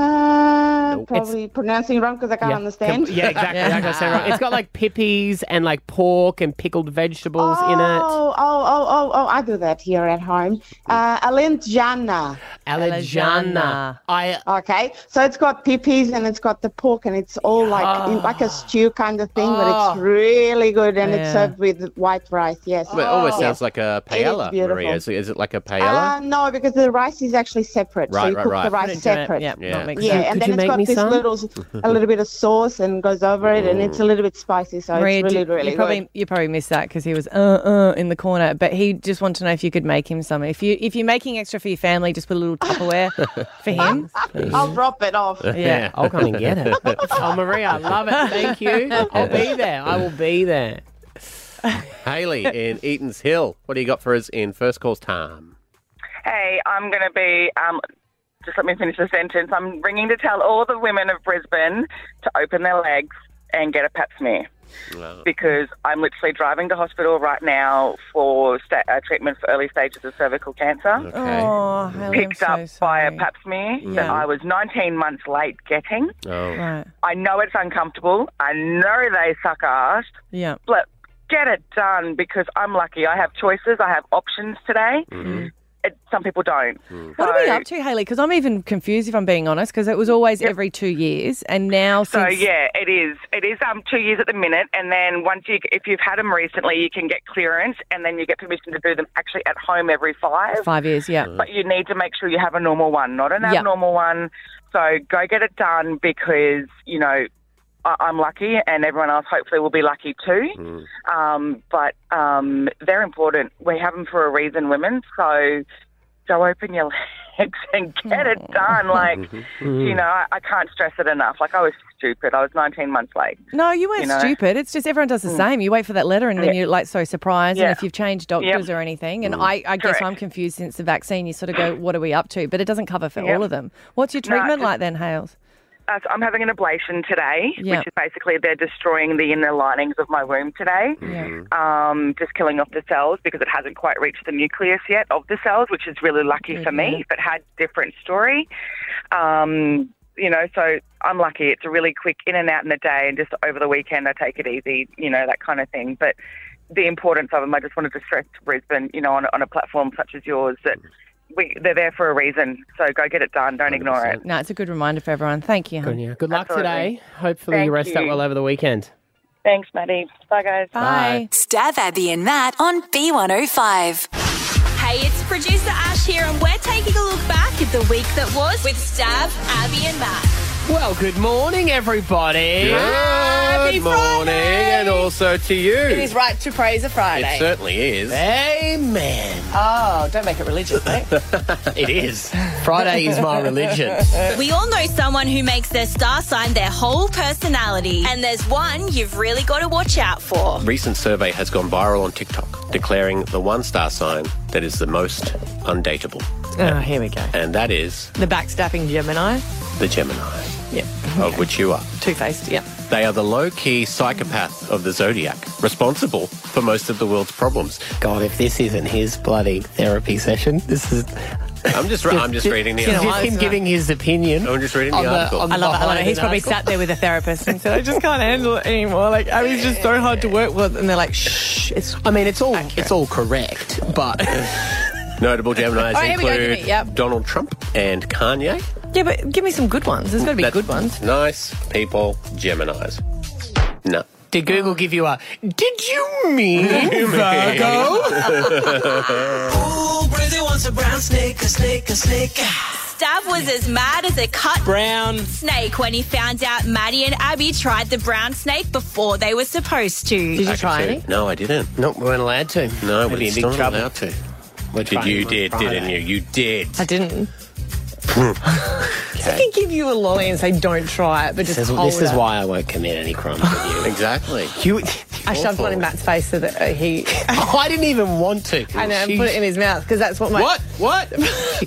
S9: Uh,
S7: Nope.
S9: probably pronouncing wrong because I can't
S7: yeah.
S9: understand.
S7: Com- yeah, exactly. I got it wrong. It's got like pippies and like pork and pickled vegetables in it.
S9: Oh, oh, oh, oh, oh, I do that here at home. Uh, Alentjana.
S7: Alejana. I
S9: Okay, so it's got pippies and it's got the pork and it's all like in like a stew kind of thing, but it's
S7: Oh.
S9: really good and
S4: Yeah. Oh.
S9: it's served with white rice. Yes,
S4: Well, it almost sounds
S9: Yes.
S4: like a
S9: uh, It is
S4: paella,
S9: beautiful.
S4: Maria. Is it, is it like a paella?
S9: Uh, no, because the rice is actually separate. so
S4: Right,
S9: you
S4: right,
S9: cook
S4: right.
S9: the rice
S4: Couldn't do it.
S9: separate.
S4: Yep, Yeah. that makes
S9: yeah.
S4: sense.
S9: and
S4: Could
S9: then
S4: you
S9: it's
S4: make me
S9: got this
S4: some?
S9: little, a little bit of sauce and goes over it, and it's a little bit spicy. So
S5: Maria,
S9: it's really,
S5: did-
S9: really
S5: you probably
S9: good.
S5: you probably missed that because he was uh uh in the corner, but he just wanted to know if you could make him some. If you if you're making extra for your family, just put a little Tupperware for him.
S9: I'll drop it off.
S7: Yeah, I'll come and get it. oh, Maria, I love it. Thank you. I'll be there. I will be there.
S4: Haley in Eaton's Hill. What do you got for us in first call's time?
S25: Hey, I'm going to be. Um, just let me finish the sentence. I'm ringing to tell all the women of Brisbane to open their legs and get a pap smear because I'm literally driving to hospital right now for sta- uh, treatment for early stages of cervical cancer.
S5: Oh, Haley, I'm
S25: Picked up by a pap smear that
S5: Yeah.
S25: I was 19 months late getting.
S7: Oh.
S5: Right.
S25: I know it's uncomfortable. I know they suck ass,
S5: Yeah.
S25: but get it done because I'm lucky. I have choices. I have options today. It, some people don't.
S5: What are we up to, Haley? Because I'm even confused if I'm being honest. Because it was always every two years, and now
S25: So
S5: since
S25: yeah, it is. It is um, two years at the minute, and then once you, if you've had them recently, you can get clearance, and then you get permission to do them actually at home every five.
S5: five years, yeah.
S25: But you need to make sure you have a normal one, not an
S5: Yeah.
S25: abnormal one. So go get it done because you know I- I'm lucky, and everyone else hopefully will be lucky too.
S13: Mm.
S25: Um, but um, they're important. We have them for a reason, women. So go open your legs and
S5: Mm.
S25: get it done. Like,
S5: Mm-hmm.
S25: you know, I, I can't stress it enough. Like, I was stupid. I was 19 months late.
S5: No, you weren't
S25: You know?
S5: stupid. It's just everyone does the
S25: Mm.
S5: same. You wait for that letter and then
S25: Yeah.
S5: you're like so surprised.
S25: Yeah.
S5: And if you've changed doctors or anything, and
S25: Mm.
S5: I, I guess
S25: Correct. Mm.
S5: I'm confused since the vaccine, you sort of go, what are we up to? But it doesn't cover for
S25: Yep.
S5: all of them. What's your
S25: No, it
S5: treatment
S25: doesn't.
S5: like then, Hales?
S25: Uh, so I'm having an ablation today,
S5: Yeah.
S25: which is basically they're destroying the inner linings of my womb today,
S7: Mm-hmm.
S25: um, just killing off the cells because it hasn't quite reached the nucleus yet of the cells, which is really lucky for
S5: Mhm.
S25: me. If it had, different story. Um, you know, so I'm lucky. It's a really quick in and out in the day, and just over the weekend I take it easy. You know, that kind of thing. But the importance of them, I just wanted to stress to Brisbane, you know, on, on a platform such as yours that. We, they're there for a reason, so go get it done. Don't ignore it.
S5: No, it's a good reminder for everyone. Thank you.
S7: Good,
S5: hun.
S7: yeah. Good luck
S25: Absolutely.
S7: today. Hopefully, you
S25: Thank
S7: rest up
S25: you.
S7: well over the weekend.
S25: Thanks, Maddie. Bye, guys.
S7: Bye.
S6: Stab Abby and Matt on B105.
S26: Hey, it's producer Ash here, and we're taking a look back at the week that was with Stab, Abby, and Matt.
S7: Well, good morning, everybody.
S4: Good morning, and also to you.
S16: It is right to praise a Friday.
S4: It certainly is.
S7: Amen.
S16: Oh, don't make it religious, mate.
S4: it is. Friday is my religion.
S26: We all know someone who makes their star sign their whole personality, and there's one you've really got to watch out for.
S4: Recent survey has gone viral on TikTok declaring the one star sign that is the most undateable.
S5: Oh, here we go.
S4: And that is
S5: The backstabbing Gemini.
S4: the Gemini,
S5: Yeah.
S4: of which you are.
S5: Two faced, yeah.
S4: They are the low key psychopath of the zodiac, responsible for most of the world's problems.
S7: God, if this isn't his bloody therapy session, this is.
S4: I'm just, I'm just reading the
S7: Just
S4: article.
S7: him giving his opinion.
S4: I'm just reading
S7: on
S4: the
S7: the-
S4: article.
S7: on
S5: I love it. I love it.
S7: Behind
S5: He's
S7: an
S5: probably
S7: article.
S5: sat there with a therapist and said, I just can't handle it anymore. Like, I was just so hard to work with. And they're like, shh, it's.
S7: I mean, it's all it's all correct, but
S4: Notable Geminis
S5: All right, Oh, here we go, give
S4: include
S5: me- yep.
S4: Donald Trump and Kanye.
S5: Yeah, but give me some good ones. There's got to be
S4: That's
S5: good ones.
S4: Nice people, Geminis. No.
S7: did Google give you a? Did you mean Virgo?
S13: Ooh, Brizzy wants a brown snake, a snake, a snake.
S26: Stav was as mad as a cut
S13: Brown.
S26: snake when he found out Maddie and Abby tried the brown snake before they were supposed to. Did
S4: No, I didn't.
S7: No, we weren't allowed to.
S4: No,
S7: We'd
S4: we're
S7: be in
S4: still
S7: big
S4: not
S7: trouble.
S4: allowed to.
S7: We're
S4: did
S7: trying
S4: you
S7: on
S4: did,
S7: Friday.
S4: didn't you? You did.
S5: I didn't. I
S4: okay.
S5: can give you a lolly and say, don't try it, but
S7: This
S5: just
S7: is,
S5: hold
S7: this is
S5: it.
S7: why I won't commit any crimes with you.
S4: exactly.
S7: You,
S5: I shoved one in Matt's face so that uh, he.
S7: I didn't even want to.
S5: I know, and put it in his mouth because that's what my.
S7: What? What?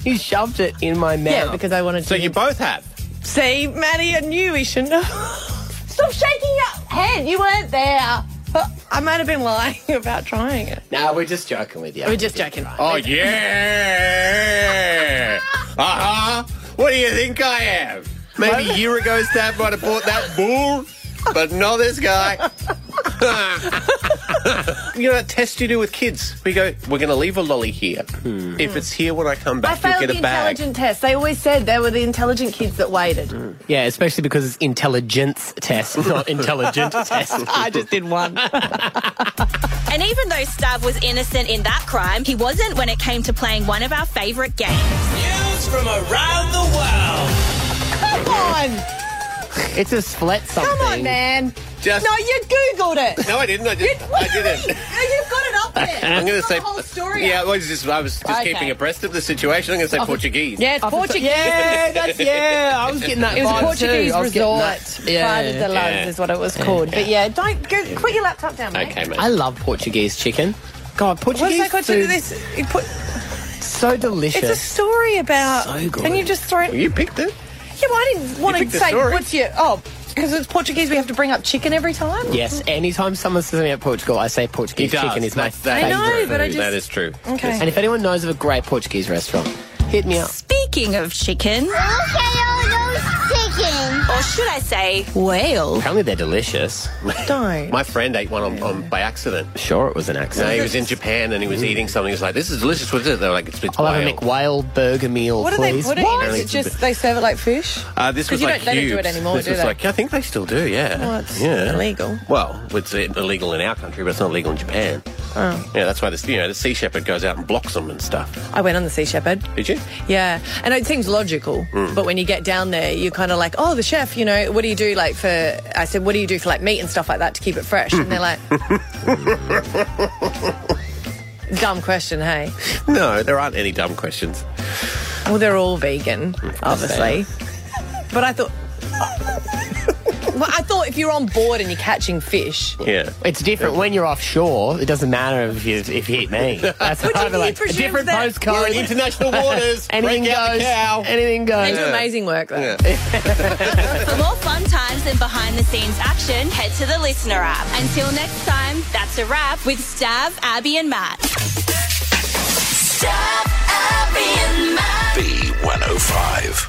S7: you shoved it in my mouth.
S5: Yeah, because I wanted
S4: So
S5: to.
S4: you both have.
S5: See, Maddie, I knew he shouldn't have. Stop shaking your head. You weren't there. I might have been lying about trying it.
S7: No, we're just joking with you.
S5: We're just joking.
S4: Oh, yeah. Uh huh. What do you think I am? Maybe a year ago, Stab might have bought that bull, but not this guy. you know that test you do with kids? We go, we're going to leave a lolly here. If it's here when I come
S5: I
S4: back, you'll
S5: failed
S4: get
S5: the
S4: a bag.
S5: intelligent test. They always said they were the intelligent kids that waited.
S7: Yeah, especially because it's intelligence test, not intelligent test.
S5: I just did one.
S26: And even though Stav was innocent in that crime, he wasn't when it came to playing one of our favourite games.
S13: News from around the world.
S5: Come on.
S7: It's a split something.
S5: Come on, man.
S4: Just-
S5: no, you Googled it.
S4: No, I didn't. I,
S5: You,
S4: just, I didn't.
S5: You've got it up there.
S4: I'm going
S5: You've
S4: to
S5: got
S4: say.
S5: The whole story
S4: yeah, I
S5: up.
S4: was just, I was just
S5: Okay.
S4: keeping abreast of the situation. I'm going to say
S5: Officer-
S4: Portuguese.
S5: Oh, Yeah, it's
S7: Oh,
S5: Portuguese.
S7: Yeah, that's yeah. I was getting that
S5: It was
S7: vibe
S5: Portuguese
S7: too. I was getting
S5: resort.
S7: that- Yeah,
S5: Pride of the Loves
S7: yeah.
S5: is what it was called. But yeah, don't go, put your laptop down, mate.
S4: Okay, mate.
S7: I love Portuguese chicken. God,
S5: What's
S7: Portuguese
S5: that got to do
S7: food
S5: with this? You put-
S7: so delicious.
S5: it's a story about.
S7: So good.
S5: And Uh, you just throw it.
S4: You picked it.
S5: Yeah, well, I didn't want
S7: picked
S5: to
S7: the
S5: say
S7: story.
S5: what's your. Oh, because it's Portuguese, we have to bring up chicken every time?
S7: Yes, anytime someone says something about Portugal, I say
S4: He
S7: Portuguese
S4: does.
S7: chicken is my
S4: That's- that
S7: favourite.
S4: is
S5: I know, but I
S4: true.
S5: just-
S4: That is true.
S5: Okay.
S7: And if anyone knows of a great Portuguese restaurant, hit me up.
S26: Speaking of chicken. Or should I say,
S7: Whale. Apparently they're delicious.
S5: Don't.
S4: My friend ate one on, on by accident.
S7: Sure, it was an
S4: No,
S7: accident.
S4: he was in Japan and he was eating something. He was like, "This is delicious." What's it? They're like, "It's, it's
S7: I'll have a
S4: whale."
S7: McWhale burger meal,
S5: What do they
S7: please.
S5: put it in? Is it just they serve it like fish?
S4: Uh, this
S5: 'Cause
S4: was
S5: you
S4: like
S5: don't- they don't do
S4: cubes.
S5: it anymore,
S4: This
S5: do
S4: was
S5: they?
S4: like, I think they still do. Yeah.
S5: Well, it's
S4: yeah.
S5: illegal.
S4: Well, it's illegal in our country, but it's not illegal in Japan.
S5: Oh.
S4: Yeah, that's why this, you know, the sea shepherd goes out and blocks them and stuff.
S5: I went on the Sea Shepherd.
S4: Did you?
S5: Yeah, and it seems logical,
S4: Mm.
S5: but when you get down there, you're kind of like, oh, the chef, you know, what do you do like for? I said, what do you do for like meat and stuff like that to keep it fresh? And they're like, dumb question, hey.
S4: No, there aren't any dumb questions.
S5: Well, they're all vegan, obviously, but I thought. Well, I thought if you're on board and you're catching fish,
S4: Yeah.
S7: It's different when you're offshore. It doesn't matter if you if you hit me. That's
S5: Would you-
S7: kind of
S5: you
S7: like a
S5: presume
S7: different
S5: that-
S4: We're
S7: postcode.
S4: in international waters.
S7: anything
S4: Break out the
S7: goes.
S4: cow.
S7: Anything
S5: they
S7: goes.
S5: do amazing work though.
S26: for more fun times and behind the scenes action, head to the listener app. Until next time, that's a wrap with Stav, Abby, and Matt.
S13: B105.